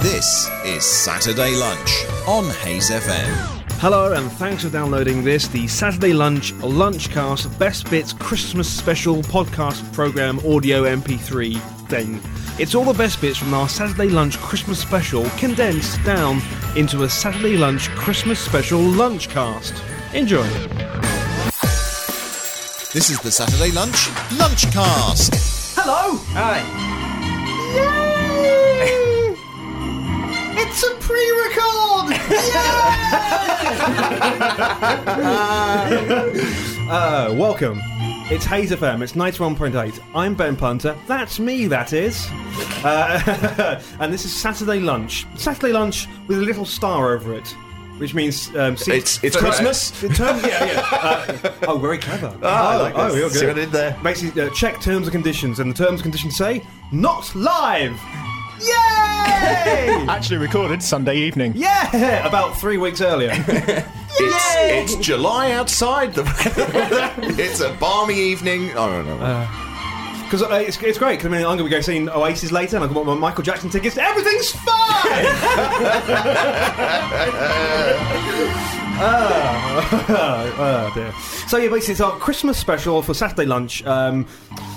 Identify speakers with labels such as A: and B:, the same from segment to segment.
A: This is Saturday Lunch on Hayes FM.
B: Hello, and thanks for downloading this, the Saturday Lunch Lunchcast Best Bits Christmas Special Podcast Program Audio MP3 thing. It's all the best bits from our Saturday Lunch Christmas Special condensed down into a Saturday Lunch Christmas Special Lunchcast. Enjoy.
A: This is the Saturday Lunch Lunchcast.
C: Hello!
B: Hi.
C: Yay! it's a pre-record!
B: Uh, welcome. It's Hayes FM, it's 91.8. I'm Ben Punter. That's me, that is. Uh, and this is Saturday Lunch. Saturday Lunch with a little star over it. Which means um, see-
D: It's it's Christmas. Ah,
B: In terms, yeah, yeah. Uh, oh, very clever. Oh,
D: I like
B: oh,
D: this.
B: you're
D: See
B: good.
D: what I did there?
B: Basically, uh, check terms and conditions, and the terms and conditions say not live. Yay!
E: Actually recorded Sunday evening.
B: yeah, about three weeks earlier.
D: It's, it's July outside. The it's a balmy evening. Oh no no. no.
B: Because uh, it's, it's great. Because I mean, I'm going to go seeing Oasis later, and I've got my Michael Jackson tickets. Everything's fine. Ah, oh dear. So yeah, basically, it's our Christmas special for Saturday lunch. Um,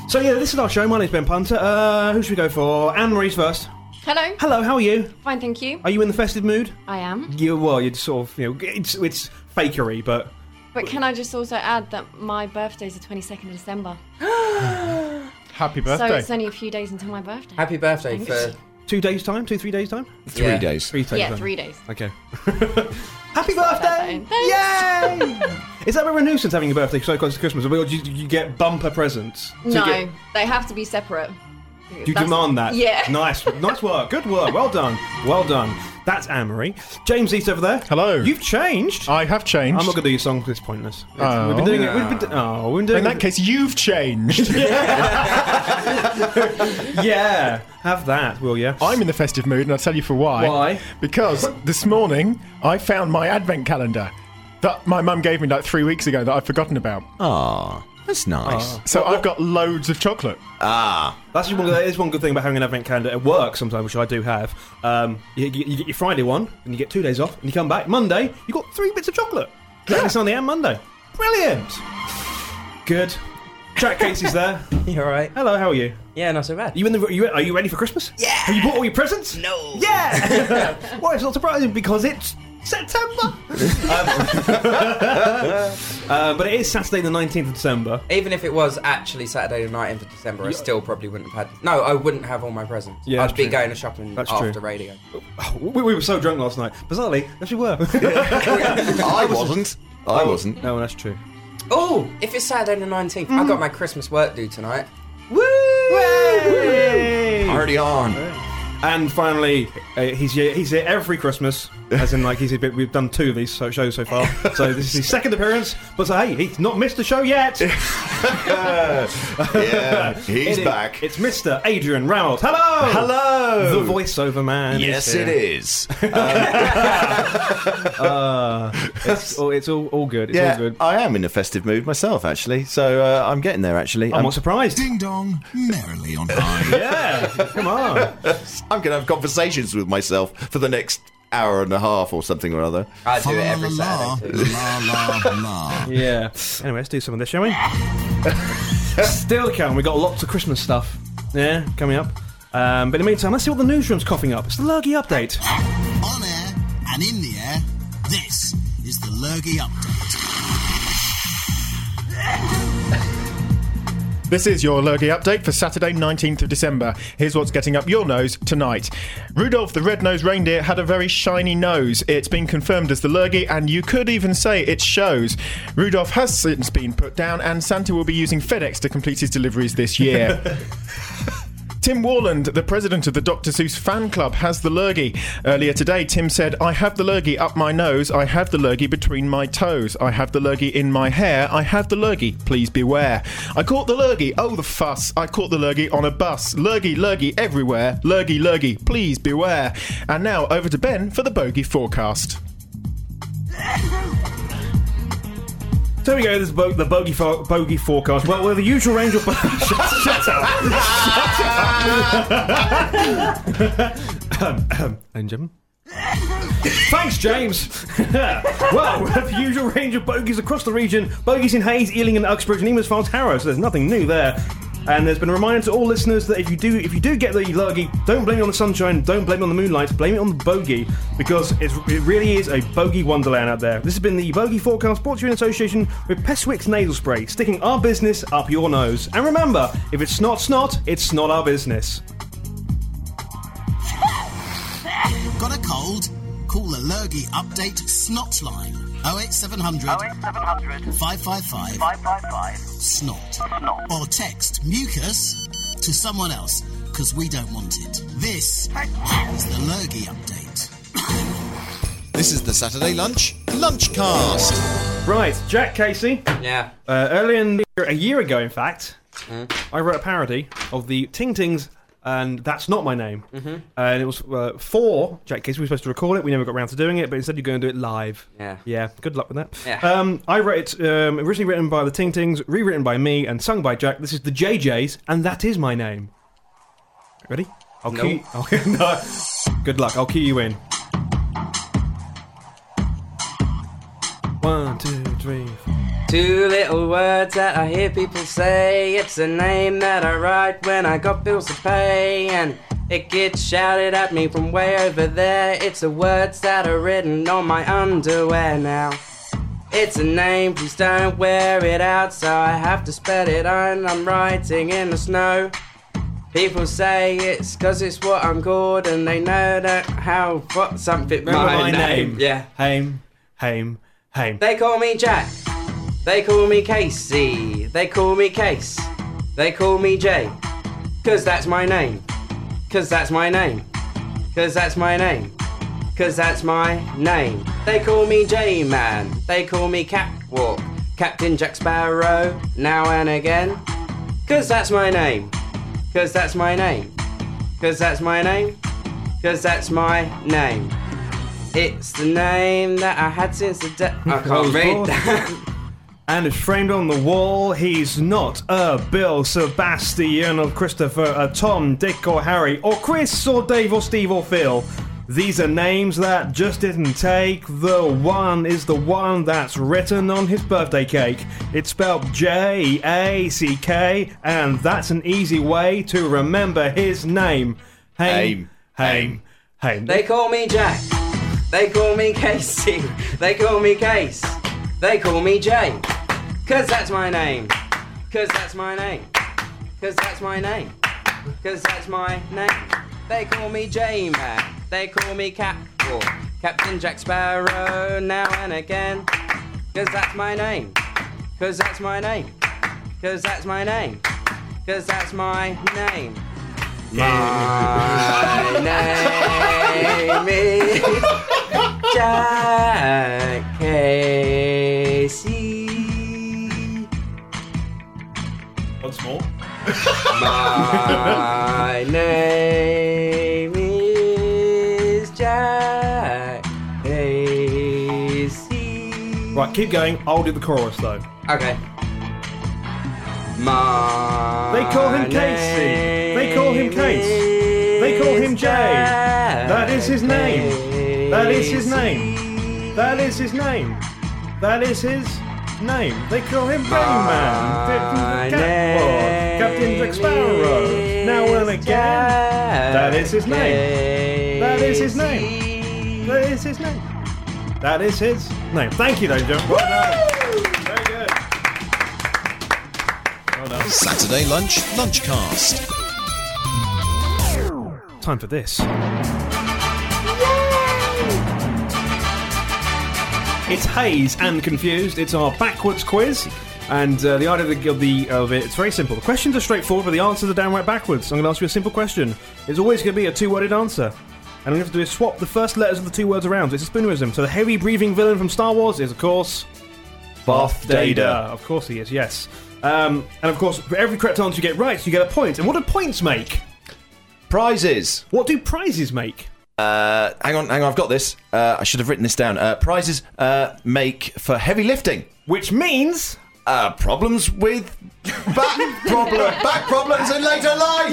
B: so yeah, this is our show. My name's Ben Punter. Uh, who should we go for? Anne Marie's first.
F: Hello.
B: Hello, how are you?
F: Fine, thank you.
B: Are you in the festive mood?
F: I am.
B: You well, you're sort of you know, it's it's fakery, but
F: But can I just also add that my birthday is the 22nd of December.
E: Happy
F: So
E: birthday.
F: it's only a few days until my birthday.
G: Happy birthday for
B: two days time, two three days time,
A: Three
G: Yeah.
A: days.
B: three days.
F: yeah,
B: time.
F: three days.
B: Okay. Happy
F: that
B: birthday!
F: in.
B: Yay! Is that a nuisance having a birthday so close to Christmas? Or do you, do you get bumper presents? Do you
F: no,
B: get-
F: they have to be separate.
B: do you demand that?
F: Yeah.
B: Nice. Nice work. Good work. Well done. Well done. That's Amory. James East over there.
E: Hello.
B: You've changed.
E: I have changed.
B: I'm not going to do your song 'cause it's pointless.
E: Oh.
B: we've been doing it. We've been, oh, we've been doing
E: In that
B: it-
E: case, you've changed.
B: Yeah. Have that, will you?
E: I'm in the festive mood, and I'll tell you for why.
B: Why?
E: Because this morning I found my advent calendar that my mum gave me like three weeks ago that I've forgotten about.
A: Ah, that's
B: Oh.
A: nice.
E: So I've got loads of chocolate.
A: Ah,
B: That's just one, that is one good thing about having an advent calendar at work sometimes, which I do have. Um, you, you, you get your Friday one, and you get two days off, and you come back Monday, you got three bits of chocolate. Saturday, Sunday, and Monday. Brilliant. Good. Jack Casey's there.
G: you. All right.
B: Hello, how are you?
G: Yeah, not so bad.
B: You in the? You, are you ready for Christmas? Yeah. Have you bought all your presents? No. Yeah. well, it's not surprising because it's September. um, uh, but it is Saturday, the nineteenth of December.
G: Even if it was actually Saturday the 19th of December, I still probably wouldn't have had. No, I wouldn't have all my presents.
B: Yeah,
G: I'd be
B: true.
G: going to shopping
B: That's
G: after
B: true.
G: radio.
B: We, we were so drunk last night. Bizarrely, yes, we were.
D: I wasn't. I wasn't.
B: no, that's true.
G: Oh, if it's Saturday the 19th,
B: Mm.
G: I've got my Christmas work due tonight.
D: Already on.
B: And finally, uh, he's here, he's here every Christmas, as in like he's a bit, we've done two of these so, shows so far. So this is his second appearance, but so, hey, he's not missed the show yet.
D: Yeah, he's
B: It is-
D: back.
B: It's Mr. Adrian Rouse. Hello,
D: Hello.
B: the voiceover man.
D: yes, it is.
B: It's all, it's all, all good. It's all
D: yeah,
B: good.
D: I am in a festive mood myself, actually. So uh, I'm getting there. Actually,
B: I'm
D: I'm,
B: not surprised.
A: ding dong, merrily on high.
B: yeah, come on.
D: I'm going to have conversations with myself for the next hour and a half or something or other.
G: I do
A: Fa
G: it
A: la
G: every
A: la
G: Saturday. Too.
A: la la la.
B: Yeah. Anyway, let's do some of this, shall we? Still can. We got lots of Christmas stuff. Yeah, coming up. Um, but in the meantime, let's see what the newsroom's coughing up. It's the Lurgy update.
H: on air and in the air, this is the Lurgy Update.
E: This is your Lurgy update for Saturday, 19th of December. Here's what's getting up your nose tonight. Rudolph the Red-Nosed Reindeer had a very shiny nose. It's been confirmed as the Lurgy, and you could even say it shows. Rudolph has since been put down, and Santa will be using FedEx to complete his deliveries this year. Tim Warland, the president of the Dr. Seuss fan club, has the lurgy. Earlier today, Tim said, I have the lurgy up my nose, I have the lurgy between my toes, I have the lurgy in my hair, I have the lurgy, please beware. I caught the lurgy, oh the fuss, I caught the lurgy on a bus. Lurgy, lurgy everywhere, lurgy, lurgy, please beware. And now over to Ben for the bogey forecast.
B: So There we go. This is bo- the bogey fo- bogey forecast. Well, we're the usual range of. Shut up! Shut up! and gentlemen. Thanks, James. well, we have the usual range of bogies across the region. Bogies in Hayes, Ealing, and Uxbridge, and even as far as Harrow. So there's nothing new there. And there's been a reminder to all listeners that if you do, if you do get the lurgy, don't blame it on the sunshine, don't blame it on the moonlight, blame it on the bogey, because it's, it really is a bogey wonderland out there. This has been the Bogey Forecast, brought to you in association with Peswick's Nasal Spray, sticking our business up your nose. And remember, if it's not snot, it's not our business.
H: Got a cold? Call the Lurgy Update Snot Line 08700 555 Snot. Or text mucus to someone else because we don't want it. This is the Lurgy Update.
A: This is the Saturday Lunch Lunchcast.
B: Right, Jack Casey.
G: Yeah.
B: Uh, earlier in the year, a year ago, in fact,
G: Mm-hmm.
B: I wrote a parody of the Ting Tings, and that's not my name. Mm-hmm. and it was uh, for Jack Casey. We were supposed to record it. We never got around to doing it, but instead you're going to do it live.
G: Yeah.
B: Yeah. Good luck with that.
G: Yeah.
B: Um, I wrote it um, originally written by the Ting Tings, rewritten by me, and sung by Jack. This is the JJs, and that is my name. Ready? I'll
G: No.
B: key. Okay, no. Good luck. I'll key you in. One, two, three. Four.
G: Two little words that I hear people say. It's a name that I write when I got bills to pay. And it gets shouted at me from way over there. It's the words that are written on my underwear now. It's a name, please don't wear it out. So I have to spell it and I'm writing in the snow. People say it's 'cause it's what I'm called and they know that how what something
B: Remember my, name.
G: Yeah.
B: Haim, Haim, Haim.
G: They call me Jack. They call me Casey. They call me Case. They call me Jay. Cause that's my name. Cause that's my name. Cause that's my name. Cause that's my name. They call me J Man. They call me Catwalk. Captain Jack Sparrow. Now and again. Cause that's my name. Cause that's my name. Cause that's my name. Cause that's my name. It's the name that I had since the day. I can't read that.
B: And it's framed on the wall. He's not a Bill, Sebastian, or Christopher, a Tom, Dick, or Harry, or Chris, or Dave, or Steve, or Phil. These are names that just didn't take. The one is the one that's written on his birthday cake. It's spelled J A C K, and that's an easy way to remember his name. Haim, Haim, Haim.
G: They call me Jack. They call me Casey. They call me Case. They call me Jay. Cause that's my name. Cause that's my name. Cause that's my name. Cause that's my name. They call me J Man. They call me Catwalk. Captain Jack Sparrow now and again. Cause that's my name. Cause that's my name. Cause that's my name. Cause that's my name. My name is Jack Casey.
B: Once more.
G: My name is Jack Casey.
B: Right, keep going. I'll do the chorus though.
G: Okay. My
B: They call him Casey. They call him Case. They call him Jay. That is his name. That is his name. That is his name. That is his name. They call him Bayman.
G: My name
B: Captain Jack Sparrow. Now and again. That is his name. That is his
G: name.
B: That is his name. That is his name. Thank you, ladies and gentlemen. Well done. Very good.
A: Saturday Lunch Lunchcast.
B: Time for this. It's Haze and Confused. It's our backwards quiz. And uh, the idea of, the, of, the, of it, it's very simple. The questions are straightforward, but the answers are downright backwards. I'm going to ask you a simple question. It's always going to be a two-worded answer. And all you have to do is swap the first letters of the two words around. It's a spoonerism. So the heavy breathing villain from Star Wars is, of course, Bath Data. Of course he is, yes. Um, and of course, for every correct answer you get right, you get a point. And what do points make?
D: Prizes.
B: What do prizes make?
D: Uh, hang on, hang on. I've got this. Uh, I should have written this down. Uh, prizes uh, make for heavy lifting.
B: Which means
D: uh, problems with back problem, back problems in later life.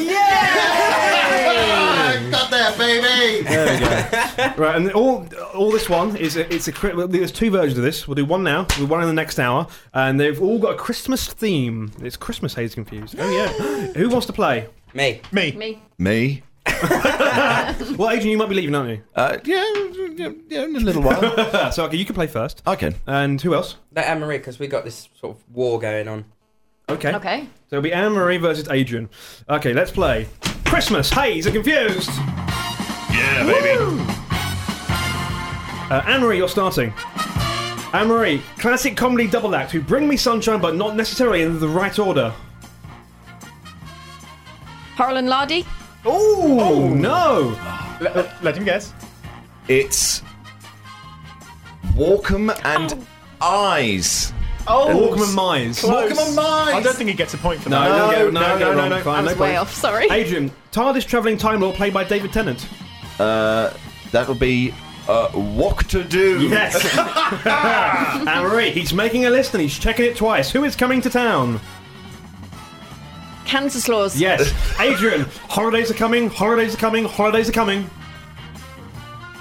C: I got there, baby.
B: Right, and all all this one is a, it's a cri- well, there's two versions of this. We'll do one now, we'll do one in the next hour, and they've all got a Christmas theme. It's Christmas Haze confused. Oh yeah, who wants to play?
G: Me.
E: Me.
F: Me.
D: Me.
B: Well, Adrian, you might be leaving, aren't you?
D: Uh, yeah, yeah, yeah, in a little while.
B: Uh, so okay, you can play first.
D: I can.
B: And who else?
G: Let Anne Marie, because we got this sort of war going on.
B: Okay.
F: Okay.
B: So it'll be Anne Marie versus Adrian. Okay, let's play Christmas Haze and confused.
D: Yeah, baby.
B: Uh, Anne Marie, you're starting. Anne Marie, classic comedy double act who bring me sunshine, but not necessarily in the right order.
F: Harold and Lardy.
B: Oh no!
E: Uh, Let, let him guess.
D: It's Walkham and Eyes.
E: Oh,
B: Walkman Myers.
D: Walkham and Eyes.
E: I don't think he gets a point for
B: No,
E: that.
B: no, no, no,
D: no,
B: no,
D: no,
B: no,
D: wrong.
B: no,
F: I
B: no
F: was way
B: points.
F: off. Sorry.
B: Adrian, TARDIS travelling time lord played by David Tennant.
D: That'll be uh, Walk to Do.
B: Yes. Anne Marie, he's making a list and he's checking it twice. Who is coming to town?
F: Kansas laws.
B: Yes. Adrian, holidays are coming. Holidays are coming. Holidays are coming.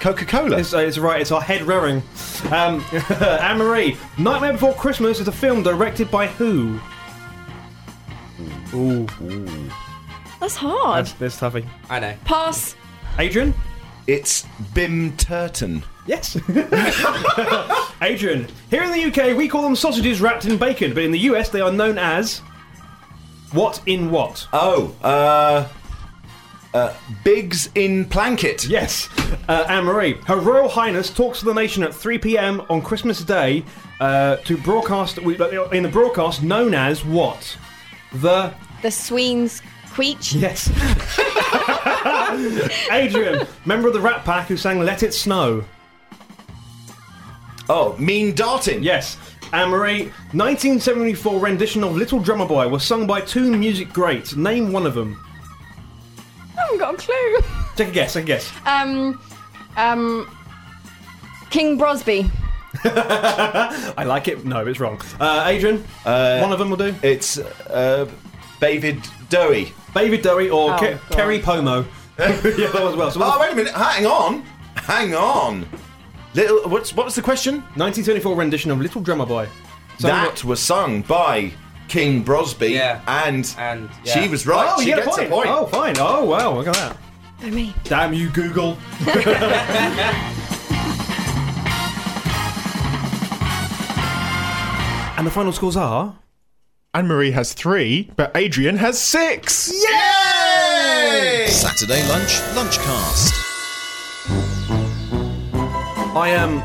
D: Coca Cola.
B: It's, uh, it's right. It's our head rearing. Um, Anne Marie, Nightmare Before Christmas is a film directed by who? Ooh,
F: That's hard.
B: that's, that's toughy.
G: I know.
F: Pass.
B: Adrian.
D: It's Bim Turton.
B: Yes. Adrian, here in the UK, we call them sausages wrapped in bacon, but in the US, they are known as. What in what?
D: Oh, uh, uh, Biggs in Planket.
B: yes. Uh, Anne Marie, Her Royal Highness talks to the nation at 3 pm on Christmas Day uh, to broadcast, uh, in the broadcast known as what? The.
F: The Sweens Queech.
B: Yes. Adrian, member of the Rat Pack who sang Let It Snow.
D: Oh, Mean Darting.
B: Yes. Anne Marie, 1974 rendition of Little Drummer Boy was sung by two music greats. Name one of them.
F: I haven't got a clue.
B: Take a guess, take a guess.
F: Um, um, King Brosby.
B: I like it. No, it's wrong. Uh, Adrian, one of them will do.
D: It's uh, David Dowie.
B: David Dowie or
F: Oh,
B: Ke-
F: God.
B: Kerry Pomo. yeah, that was well. So
D: Oh,
B: one-
D: wait a minute. Hang on. Hang on. Little, what's, what was the question?
B: 1974 rendition of Little Drummer Boy. So-
D: that was sung by King Brosby.
G: Yeah.
D: And,
G: And,
D: she
G: yeah.
D: was right.
B: Oh,
D: she
B: you get
D: gets
B: a point. Oh, fine. Oh, wow. Look at that.
F: Oh, me.
B: Damn you, Google. and the final scores are.
E: Anne Marie has three, but Adrian has six.
D: Yay!
A: Saturday lunch, Lunchcast.
B: I am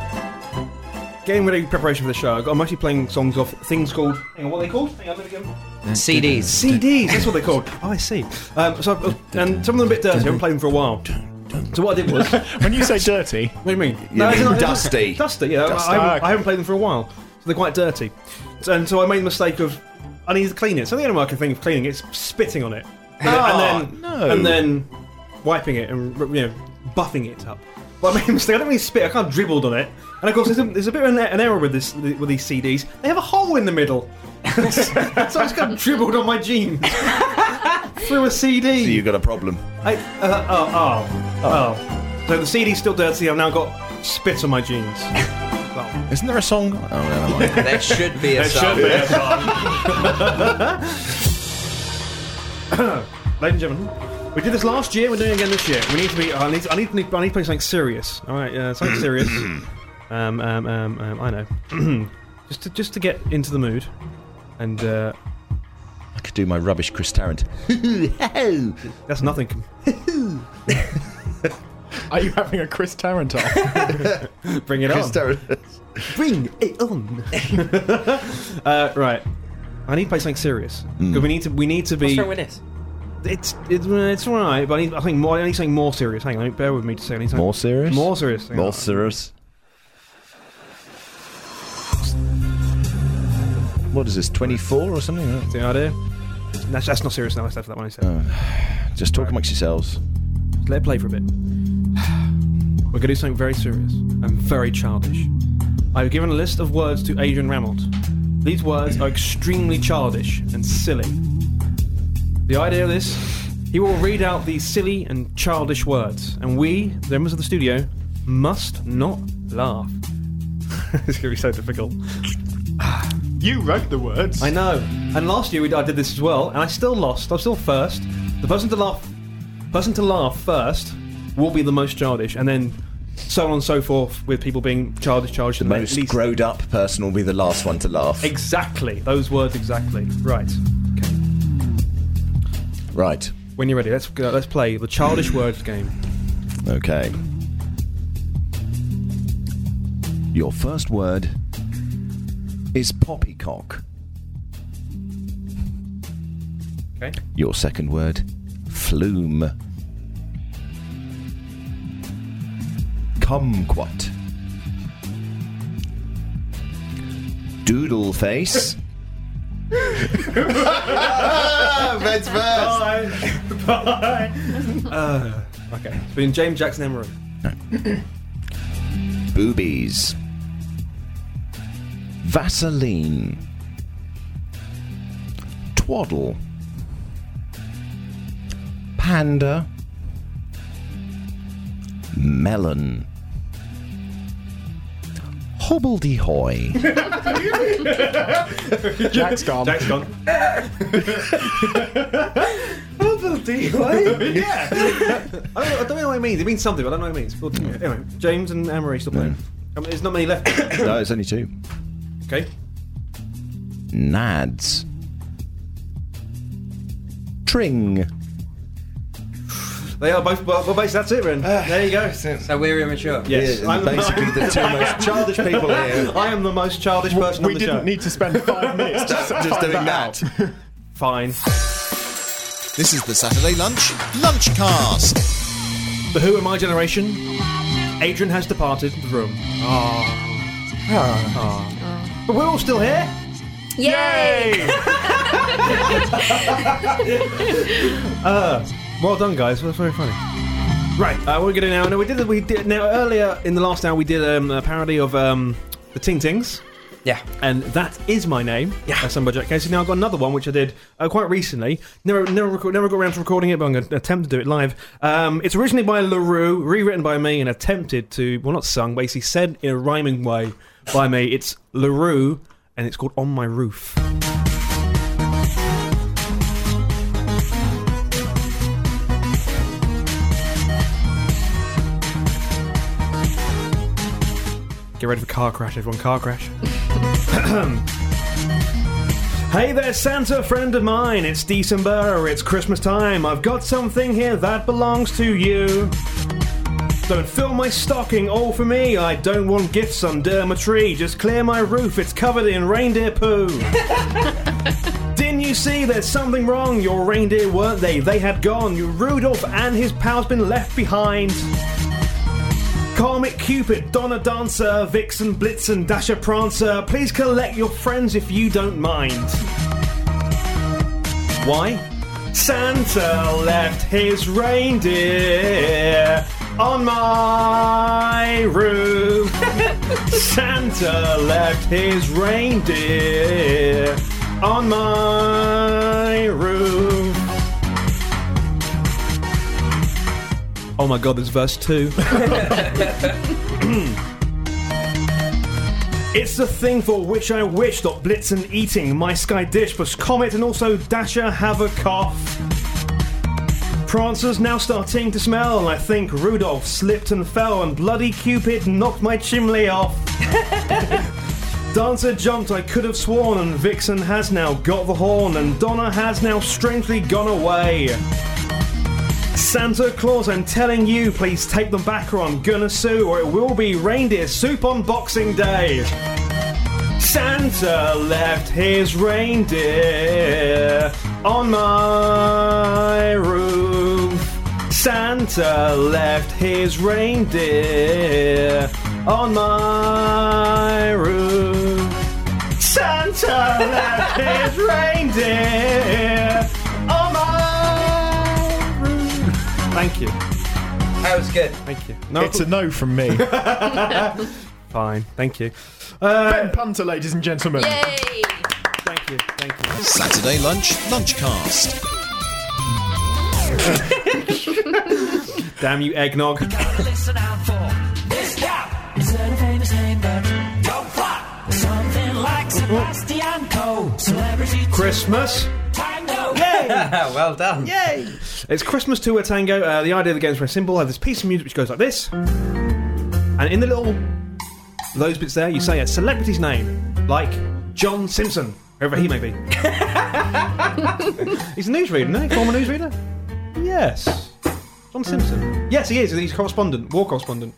B: getting ready preparation for the show. I'm actually playing songs off things called. Hang on, what are they called? Hang on, let me get them.
G: CDs.
B: CDs. That's what they're called. Oh, I see. Um, so, I've- and some of them are a bit dirty. I haven't played them for a while. So what I did was, what
E: When you say dirty,
B: do you mean?
D: You
B: as in,
D: mean
B: like,
D: dusty.
B: Dusty. Yeah, I-
E: Dusty.
B: I, haven't,
E: Okay.
B: I haven't played them for a while, so they're quite dirty. So- And so I made the mistake of I need to clean it. So the only way I can think of cleaning it is spitting on it, and then
D: Ah, no.
B: and then wiping it and you know buffing it up. But I made a mistake. I don't really spit. I kind of dribbled on it. And of course, there's a, there's a bit of an, an error with this with these CDs. They have a hole in the middle, so I just kind of dribbled on my jeans through a CD.
D: You got a problem.
B: I, uh, oh, oh, oh. So the CD's still dirty. I've now got spit on my jeans. Well,
D: Isn't there a song? Oh, never mind.
G: There should be a song.
B: ladies and gentlemen, we did this last year. We're doing it again this year. We need to be. I need. I need. I need, I need to play something serious. All right, uh, something serious. Um, um, um, um, I know. just to just to get into the mood, and uh,
D: I could do my rubbish Chris Tarrant.
B: that's nothing. com-
E: are you having a Chris Tarrant on?
B: Bring it on.
D: Tarrant.
B: Bring it on. uh, right. I need to play something serious. 'Cause We need to. We need to be.
G: What's wrong with this?
B: It's it's, it's all right, but I, need, I think more, I need something more serious. Hang on, bear with me to say anything
D: More serious?
B: More serious. Hang on.
D: More serious. What is this, 24 or something?
B: See the idea. That's, that's not serious now. Let's left that one. I said.
D: Just talk amongst yourselves.
B: Let it play for a bit. We're gonna do something very serious and very childish. I've given a list of words to Adrian Ramelt. These words are extremely childish and silly. The idea of this, he will read out these silly and childish words, and we, the members of the studio, must not laugh. it's going to be so difficult.
E: You wrote the words.
B: I know. And last year we, I did this as well, and I still lost. I'm still first. The person to laugh, person to laugh first, will be the most childish, and then so on and so forth with people being childish, childish, and
I: Most
B: least.
I: growed up person will be the last one to laugh.
B: exactly those words. Exactly right. Okay.
I: Right.
B: When you're ready, let's go, let's play the childish words game.
I: Okay. Your first word is poppycock.
B: Okay.
I: Your second word, flume. Kumquat. Doodle face.
D: That's first.
B: Okay. It's been James Jackson Emery.
I: boobies. Vaseline. Twaddle. Panda. Melon. Hobbledehoy.
E: Jack's gone.
B: Jack's gone. yeah. Oh, I don't, I don't know what it means. It means something, but I don't know what it means. Well, Anyway, James and Emery still playing. I mean, there's not many left.
I: no, it's only two.
B: okay.
I: Nads. Tring.
B: They are both. Well, well basically, that's it, Ren. there you go.
G: So we're immature.
B: Yes,
I: Yeah, basically the two most childish people here.
B: I am the most childish person
E: We
B: on the
E: didn't
B: show.
E: need to spend five minutes just, to
D: Just
E: find
D: doing
E: that.
D: that.
B: Fine.
A: This is the Saturday Lunch Lunchcast.
B: The Who of my generation? Adrian has departed the room. Ah. Ah. But we're all still here.
J: Yay!
B: Well done, guys. That's very funny. Right, uh, we're getting now. Now we did. We did now earlier in the last hour. We did um, a parody of um, the Ting Tings.
G: Yeah.
B: and that is my name. Yeah, that's done by Jack Casey. Now I've got another one which I did uh, quite recently. Never, never, record, never got around to recording it, but I'm going to attempt to do it live. Um, it's originally by Larue, rewritten by me, and attempted to well, not sung, basically said in a rhyming way by me. It's Larue, and it's called "On My Roof." Get ready for car crash, everyone. Car crash. Hey there, Santa friend of mine. It's December. It's Christmas time. I've got something here that belongs to you. Don't fill my stocking all for me. I don't want gifts under my tree. Just clear my roof. It's covered in reindeer poo. Didn't you see there's something wrong? Your reindeer weren't they? They had gone. You Rudolph and his pal's been left behind. Comic Cupid, Donna Dancer, Vixen, Blitzen, Dasher, Prancer, please collect your friends if you don't mind. Why? Santa left his reindeer on my roof. Santa left his reindeer on my roof. Oh my god, there's verse two. It's the thing for which I wish. Dot Blitzen eating my sky dish, plus Comet and also Dasher have a cough. Prancer's now starting to smell, and I think Rudolph slipped and fell, and bloody Cupid knocked my chimney off. Dancer jumped, I could have sworn, and Vixen has now got the horn, and Donna has now strangely gone away. Santa Claus, I'm telling you, please take them back or I'm gonna sue, or it will be reindeer soup on Boxing Day. Santa left his reindeer on my roof. Santa left his reindeer on my roof. Santa left his reindeer on my roof. Thank you.
G: That was good.
B: Thank you. No,
E: It's a no from me.
B: Fine, thank you.
E: ben Punter, ladies and gentlemen.
J: Yay!
B: Thank you, thank you.
A: Saturday lunch, lunchcast.
B: Damn you, eggnog.
K: Listen out for this cat. Is that a famous name, but don't flop. Something like Sebastian Coe. Celebrity
B: Christmas.
K: tango.
G: well done.
K: Yay!
B: It's Christmas to a tango. Uh, the idea of the game is very simple. I have this piece of music which goes like this, and in the little those bits there, you say a celebrity's name, like John Simpson, whoever he may be. He's a newsreader, isn't he? Former newsreader. Yes, John Simpson. Yes, he is. He's a correspondent, war correspondent.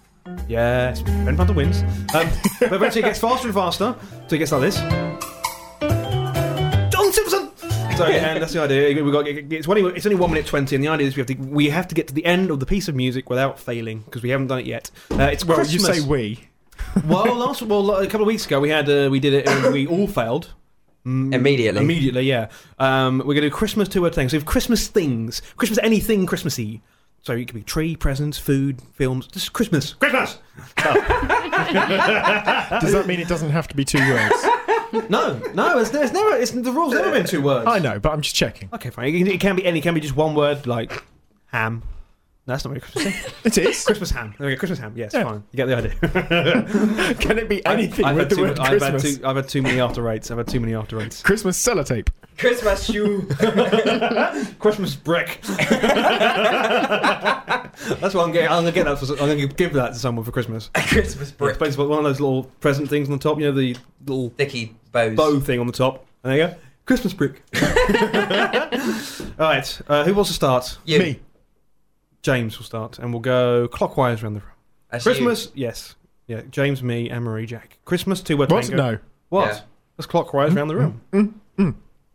B: Yes, Ben Panther wins. Um, but eventually, it gets faster and faster. So it gets like this. John Simpson. So and that's the idea. We got it's only it's only one minute twenty, and the idea is we have to we have to get to the end of the piece of music without failing because we haven't done it yet. Uh, it's
E: Well,
B: Christmas.
E: you say we.
B: well, last well a couple of weeks ago we had uh, we did it and we all failed. Mm,
G: Immediately.
B: Immediately, yeah. Um, we're gonna do Christmas two word things. So we have Christmas things, Christmas anything Christmassy. So it could be tree, presents, food, films, just Christmas, Christmas.
E: Does that mean it doesn't have to be two words?
B: No, no, it's, it's never. It's the rules never been two words.
E: I know, but I'm just checking.
B: Okay, fine. It can- It can be any. It can be just one word, like ham. No, That's not very Christmas.
E: It is.
B: Christmas ham. There we go. Christmas ham. Yes,
E: Yeah.
B: fine. You get the idea.
E: Can it be anything
B: I've,
E: with
B: had
E: the
B: too,
E: word
B: I've, had
E: Christmas?
B: too, I've had too many after rates. I've had too many after rates.
E: Christmas sellotape.
G: Christmas shoe.
B: Christmas brick. That's what I'm getting. I'm gonna get that. For, I'm gonna give that to someone for Christmas.
G: Christmas
B: It's
G: brick.
B: basically one of those little present things on the top. You know the little
G: Dicky bows.
B: bow thing on the top. And there you go. Christmas brick. All right. Uh, who wants to start?
G: You.
E: Me.
B: James will start, and we'll go clockwise around the room.
G: That's you.
B: Christmas, yes, yeah. James, me, and Marie, Jack. Christmas, two word
E: What?
B: tango.
E: No. Hmm?
B: What?
G: Yeah.
B: That's clockwise around the room.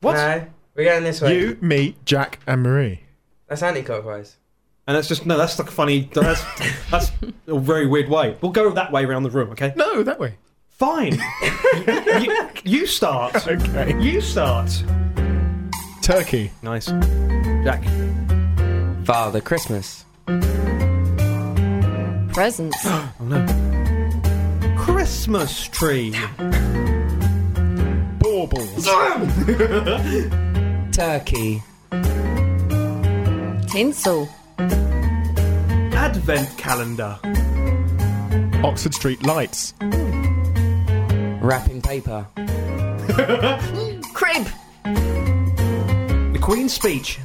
B: What?
G: No, we're going this way.
E: You, me, Jack, and Marie.
G: That's anti-clockwise.
B: And that's just no. That's like funny. That's that's a very weird way. We'll go that way around the room. Okay.
E: No, that way.
B: Fine. you, you start.
E: Okay.
B: You start.
E: Turkey.
B: Nice. Jack.
G: Father Christmas.
J: Presents.
B: Oh no. Christmas tree.
E: Baubles.
G: Turkey.
J: Tinsel.
B: Advent calendar.
E: Oxford Street Lights.
G: Wrapping paper.
J: Crib.
B: The Queen's speech.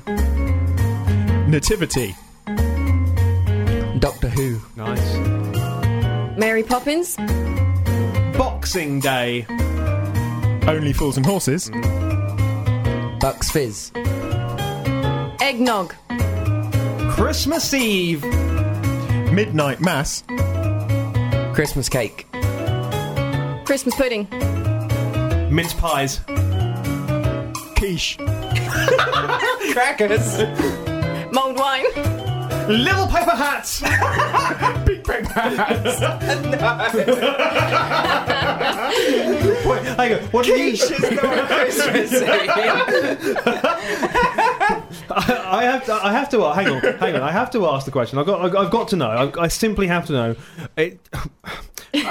E: Nativity.
G: Doctor Who.
B: Nice.
J: Mary Poppins.
B: Boxing Day.
E: Only Fools and Horses.
G: Bucks Fizz.
J: Eggnog.
B: Christmas Eve.
E: Midnight Mass.
G: Christmas cake.
J: Christmas pudding.
B: Mince pies.
E: Quiche.
G: Crackers.
J: Mulled wine.
B: Little paper hats.
E: Big Breakfast.
B: Wait, hang on. What did you?
G: Christmas.
B: I have to. I have to. hang on. Hang on. I have to ask the question. I've got. I've got to know. I, I simply have to know. It, quiche.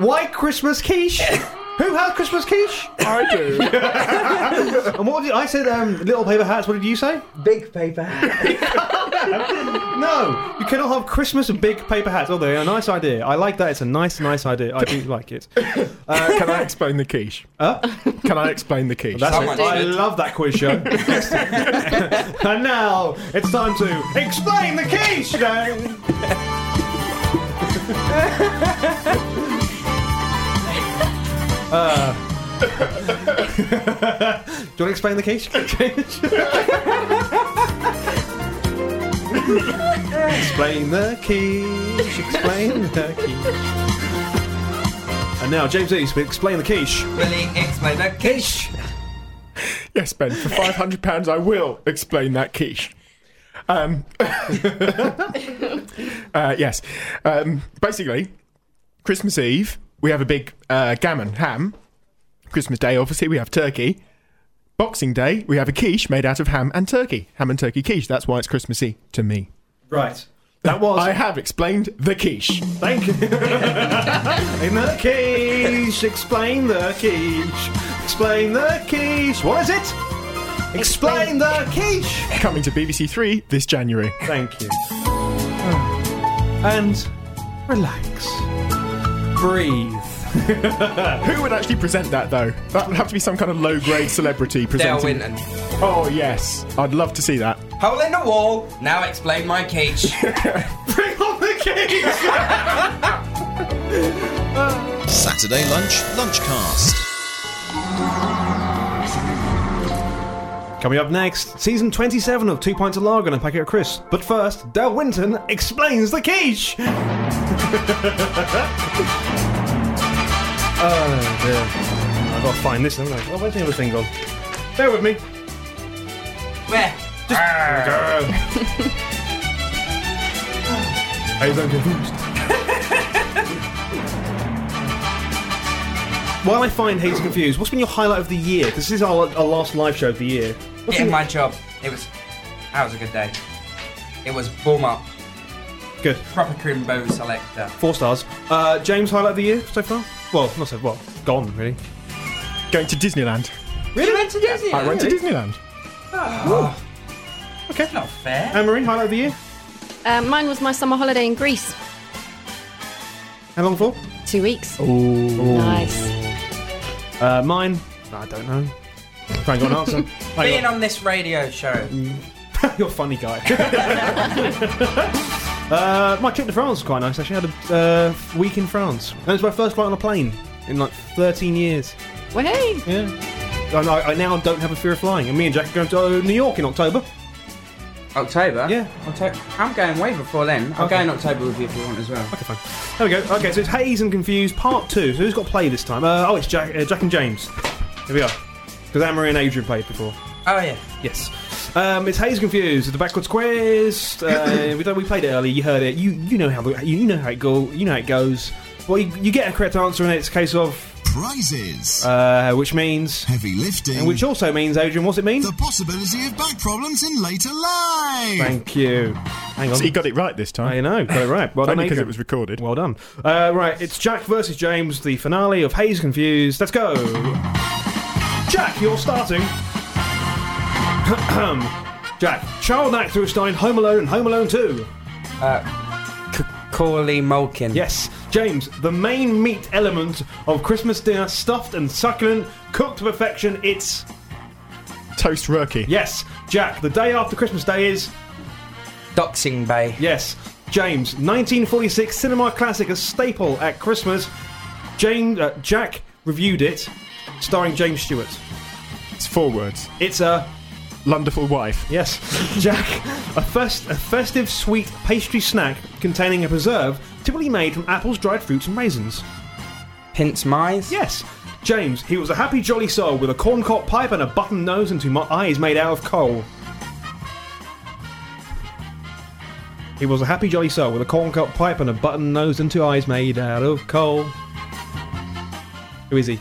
B: Why Christmas quiche? Who had Christmas quiche?
E: I do.
B: And what did I said? Um, little paper hats. What did you say?
G: Big paper.
B: No, you cannot have Christmas and big paper hats. Although a nice idea. I like that. It's a nice, nice idea. I do like it.
E: Uh, Can I explain the quiche?
B: Huh?
E: Can I explain the quiche?
B: That's
G: Someone
B: it. I
G: did.
B: love that quiz show. and now it's time to explain the quiche. Now. Uh, do you want to explain the quiche? explain the quiche. Explain the quiche. And now James East will explain the quiche.
G: Willie explain a quiche.
E: Yes, Ben, for £500 I will explain that quiche. Um, uh, yes. Um, basically, Christmas Eve, we have a big uh, gammon ham. Christmas Day, obviously, we have turkey. Boxing Day, we have a quiche made out of ham and turkey. Ham and turkey quiche. That's why it's Christmassy to me.
B: Right.
E: That was. I have explained the quiche. Thank you.
B: In the quiche, explain the quiche. Explain the quiche. What is it? Explain the quiche.
E: Coming to BBC Three this January.
B: Thank you. And relax. Breathe.
E: Who would actually present that though? That would have to be some kind of low-grade celebrity presenting.
G: Winton.
E: Oh yes, I'd love to see that.
G: Hole in the wall. Now explain my cage.
B: Bring on the
A: Saturday lunch, lunchcast.
B: Coming up next, season 27 of Two Pints of Lager and a Packet of Crisps. But first, Del Winton explains the quiche. Oh dear. I've got to find this, haven't I? Oh, where's the other thing gone? Bear with me.
G: Where?
B: I am confused. While I find Hayes confused, what's been your highlight of the year? 'Cause This is our, our last live show of the year.
G: Getting my job. It was. That was a good day. It was warm up.
B: Good.
G: Proper crimbo selector.
B: Four stars. Uh, James, highlight of the year so far? Well, not so well. Gone, really.
E: Going to Disneyland.
G: Really? You went to Disney.
E: I went to Disneyland.
G: Oh,
B: Okay.
G: not fair.
B: Anne Marie, highlight of the year?
J: Uh, mine was my summer holiday in Greece.
B: How long for?
J: Two weeks.
B: Ooh.
J: Nice.
B: Uh, mine? I don't know. Frank got an answer. Hang on.
G: Being on this radio show.
B: You're a funny guy. uh, my trip to France was quite nice. Actually, I had a uh, week in France, and it was my first flight on a plane in like 13 years.
J: Well, hey.
B: Yeah, and I, I now don't have a fear of flying. And me and Jack are going to uh, New York in October.
G: October.
B: Yeah.
G: October. I'm going way before then. I'll
B: Okay.
G: go in October with you if you want as well.
B: Okay, fine. There we go. Okay, so it's Haze and Confused Part Two. So who's got play this time? Uh, oh, it's Jack, uh, Jack and James. Here we are, because Anne-Marie and Adrian played before.
G: Oh yeah.
B: Yes. Um, it's Hayes Confused, the backwards quiz. Uh, we, don't- we played it earlier. You heard it. You you know how the, you know how it go. You know how it goes. Well, you, you get a correct answer, and it's a case of
H: Prizes.
B: uh, which means,
H: Heavy lifting.
B: and which also means, Adrian, what's it mean?
H: the possibility of back problems in later life.
B: Thank you. Hang on.
E: So he got it right this time.
B: I Oh, know. Got it right. Well done,
E: Only because it
B: Adrian.
E: was recorded.
B: Well done. Uh, right, it's Jack versus James, the finale of Hayes Confused. Let's go. Jack, you're starting. Jack, Charles Nack-Thrustein, Home Alone, and Home Alone 2.
G: Corley Mulkin.
B: Yes, James, the main meat element of Christmas dinner, stuffed and succulent, cooked to perfection, it's.
E: Toast Rurky.
B: Yes, Jack, the day after Christmas Day is.
G: Doxing Bay.
B: Yes, James, 1946 cinema classic, a staple at Christmas. James, uh, Jack reviewed it, starring James Stewart.
E: It's four words.
B: It's a.
E: Wonderful wife.
B: Yes, Jack, a, fest, a festive sweet pastry snack containing a preserve typically made from apples, dried fruits, and raisins.
G: Pince Mize.
B: Yes. James, he was a happy jolly soul with a corncob pipe and a button nose and two mo- eyes made out of coal. He was a happy jolly soul with a corncob pipe and a button nose and two eyes made out of coal. Who is he?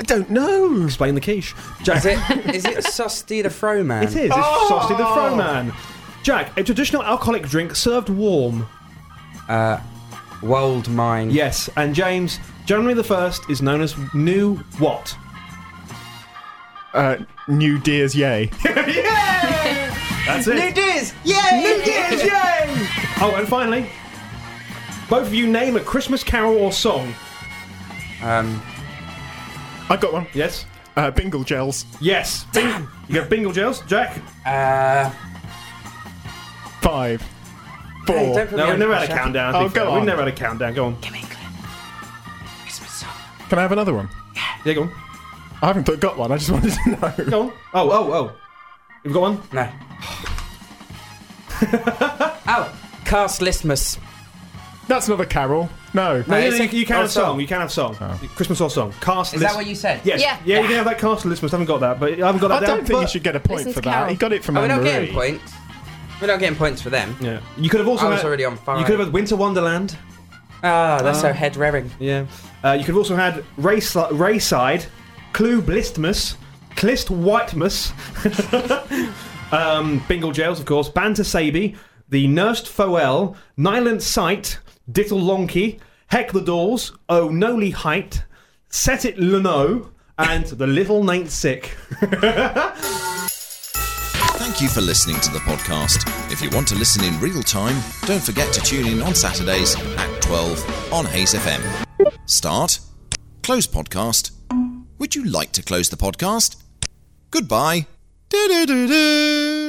E: I don't know.
B: Explain the quiche.
G: Is
B: Jack,
G: it? Is it Susty the Fro Man?
B: It is. It's
G: Oh.
B: Saucy the Fro Man. Jack, a traditional alcoholic drink served warm.
G: World Mine.
B: Yes, and James, January the 1st is known as New What?
E: Uh, New Dear's Yay.
B: That's it.
G: Diz. Yay! New Diz. Yay!
B: Oh, and finally, both of you name a Christmas carol or song.
G: Um.
E: I got one.
B: Yes.
E: Uh, Bingle Gels.
B: Yes. Bing- you got bingle gels, Jack.
G: Uh.
E: Five. Four.
G: Hey, don't put
B: No, we've
G: me under
B: never had a
G: pressure.
B: countdown. I
E: Oh,
B: think,
E: go
B: Phil. We've
E: on.
B: never had a countdown. Go on.
G: Christmas song.
E: Can I have another one?
B: Yeah, go on.
E: I haven't put, got one. I just wanted to know.
B: Go on. Oh, oh, oh. You've got one.
G: No. oh, Cast Listmas.
E: That's not a carol. No.
B: No,
G: it's
B: no, you,
G: a-
B: you can
G: or
B: have song. Oh.
G: song.
B: You can have song. Christmas or song. Cast
G: Is
B: list.
G: that what you said?
B: Yes.
J: Yeah.
B: Yeah, you can have that cast list. I haven't got that, but I haven't got that
E: I
B: down.
E: don't think
B: but-
E: you should get a point
J: Listen
E: for
J: to
E: that.
J: Carol.
E: He got it from
G: Oh, we're not
E: Anne-Marie.
G: getting points. We're not getting points for them.
B: Yeah. You could have also.
G: I was
B: had-
G: already on
B: You
G: five.
B: could have had Winter Wonderland.
G: Ah, that's
B: Uh,
G: so head revving.
B: Yeah. Uh, you could have also had Race Rayside, Clue Blistmus, Clist Whitemus, Um, Bingle Jails, of course. Banter Sabi, The Nursed Foel, Nylent Sight, Dittle Lonky, Heck the Doors, Oh Noli Height, Set It Leno, and The Little Nate Sick.
A: Thank you for listening to the podcast. If you want to listen in real time, don't forget to tune in on Saturdays at 12 on Hayes FM. Start. Close podcast. Would you like to close the podcast? Goodbye. Do do do do.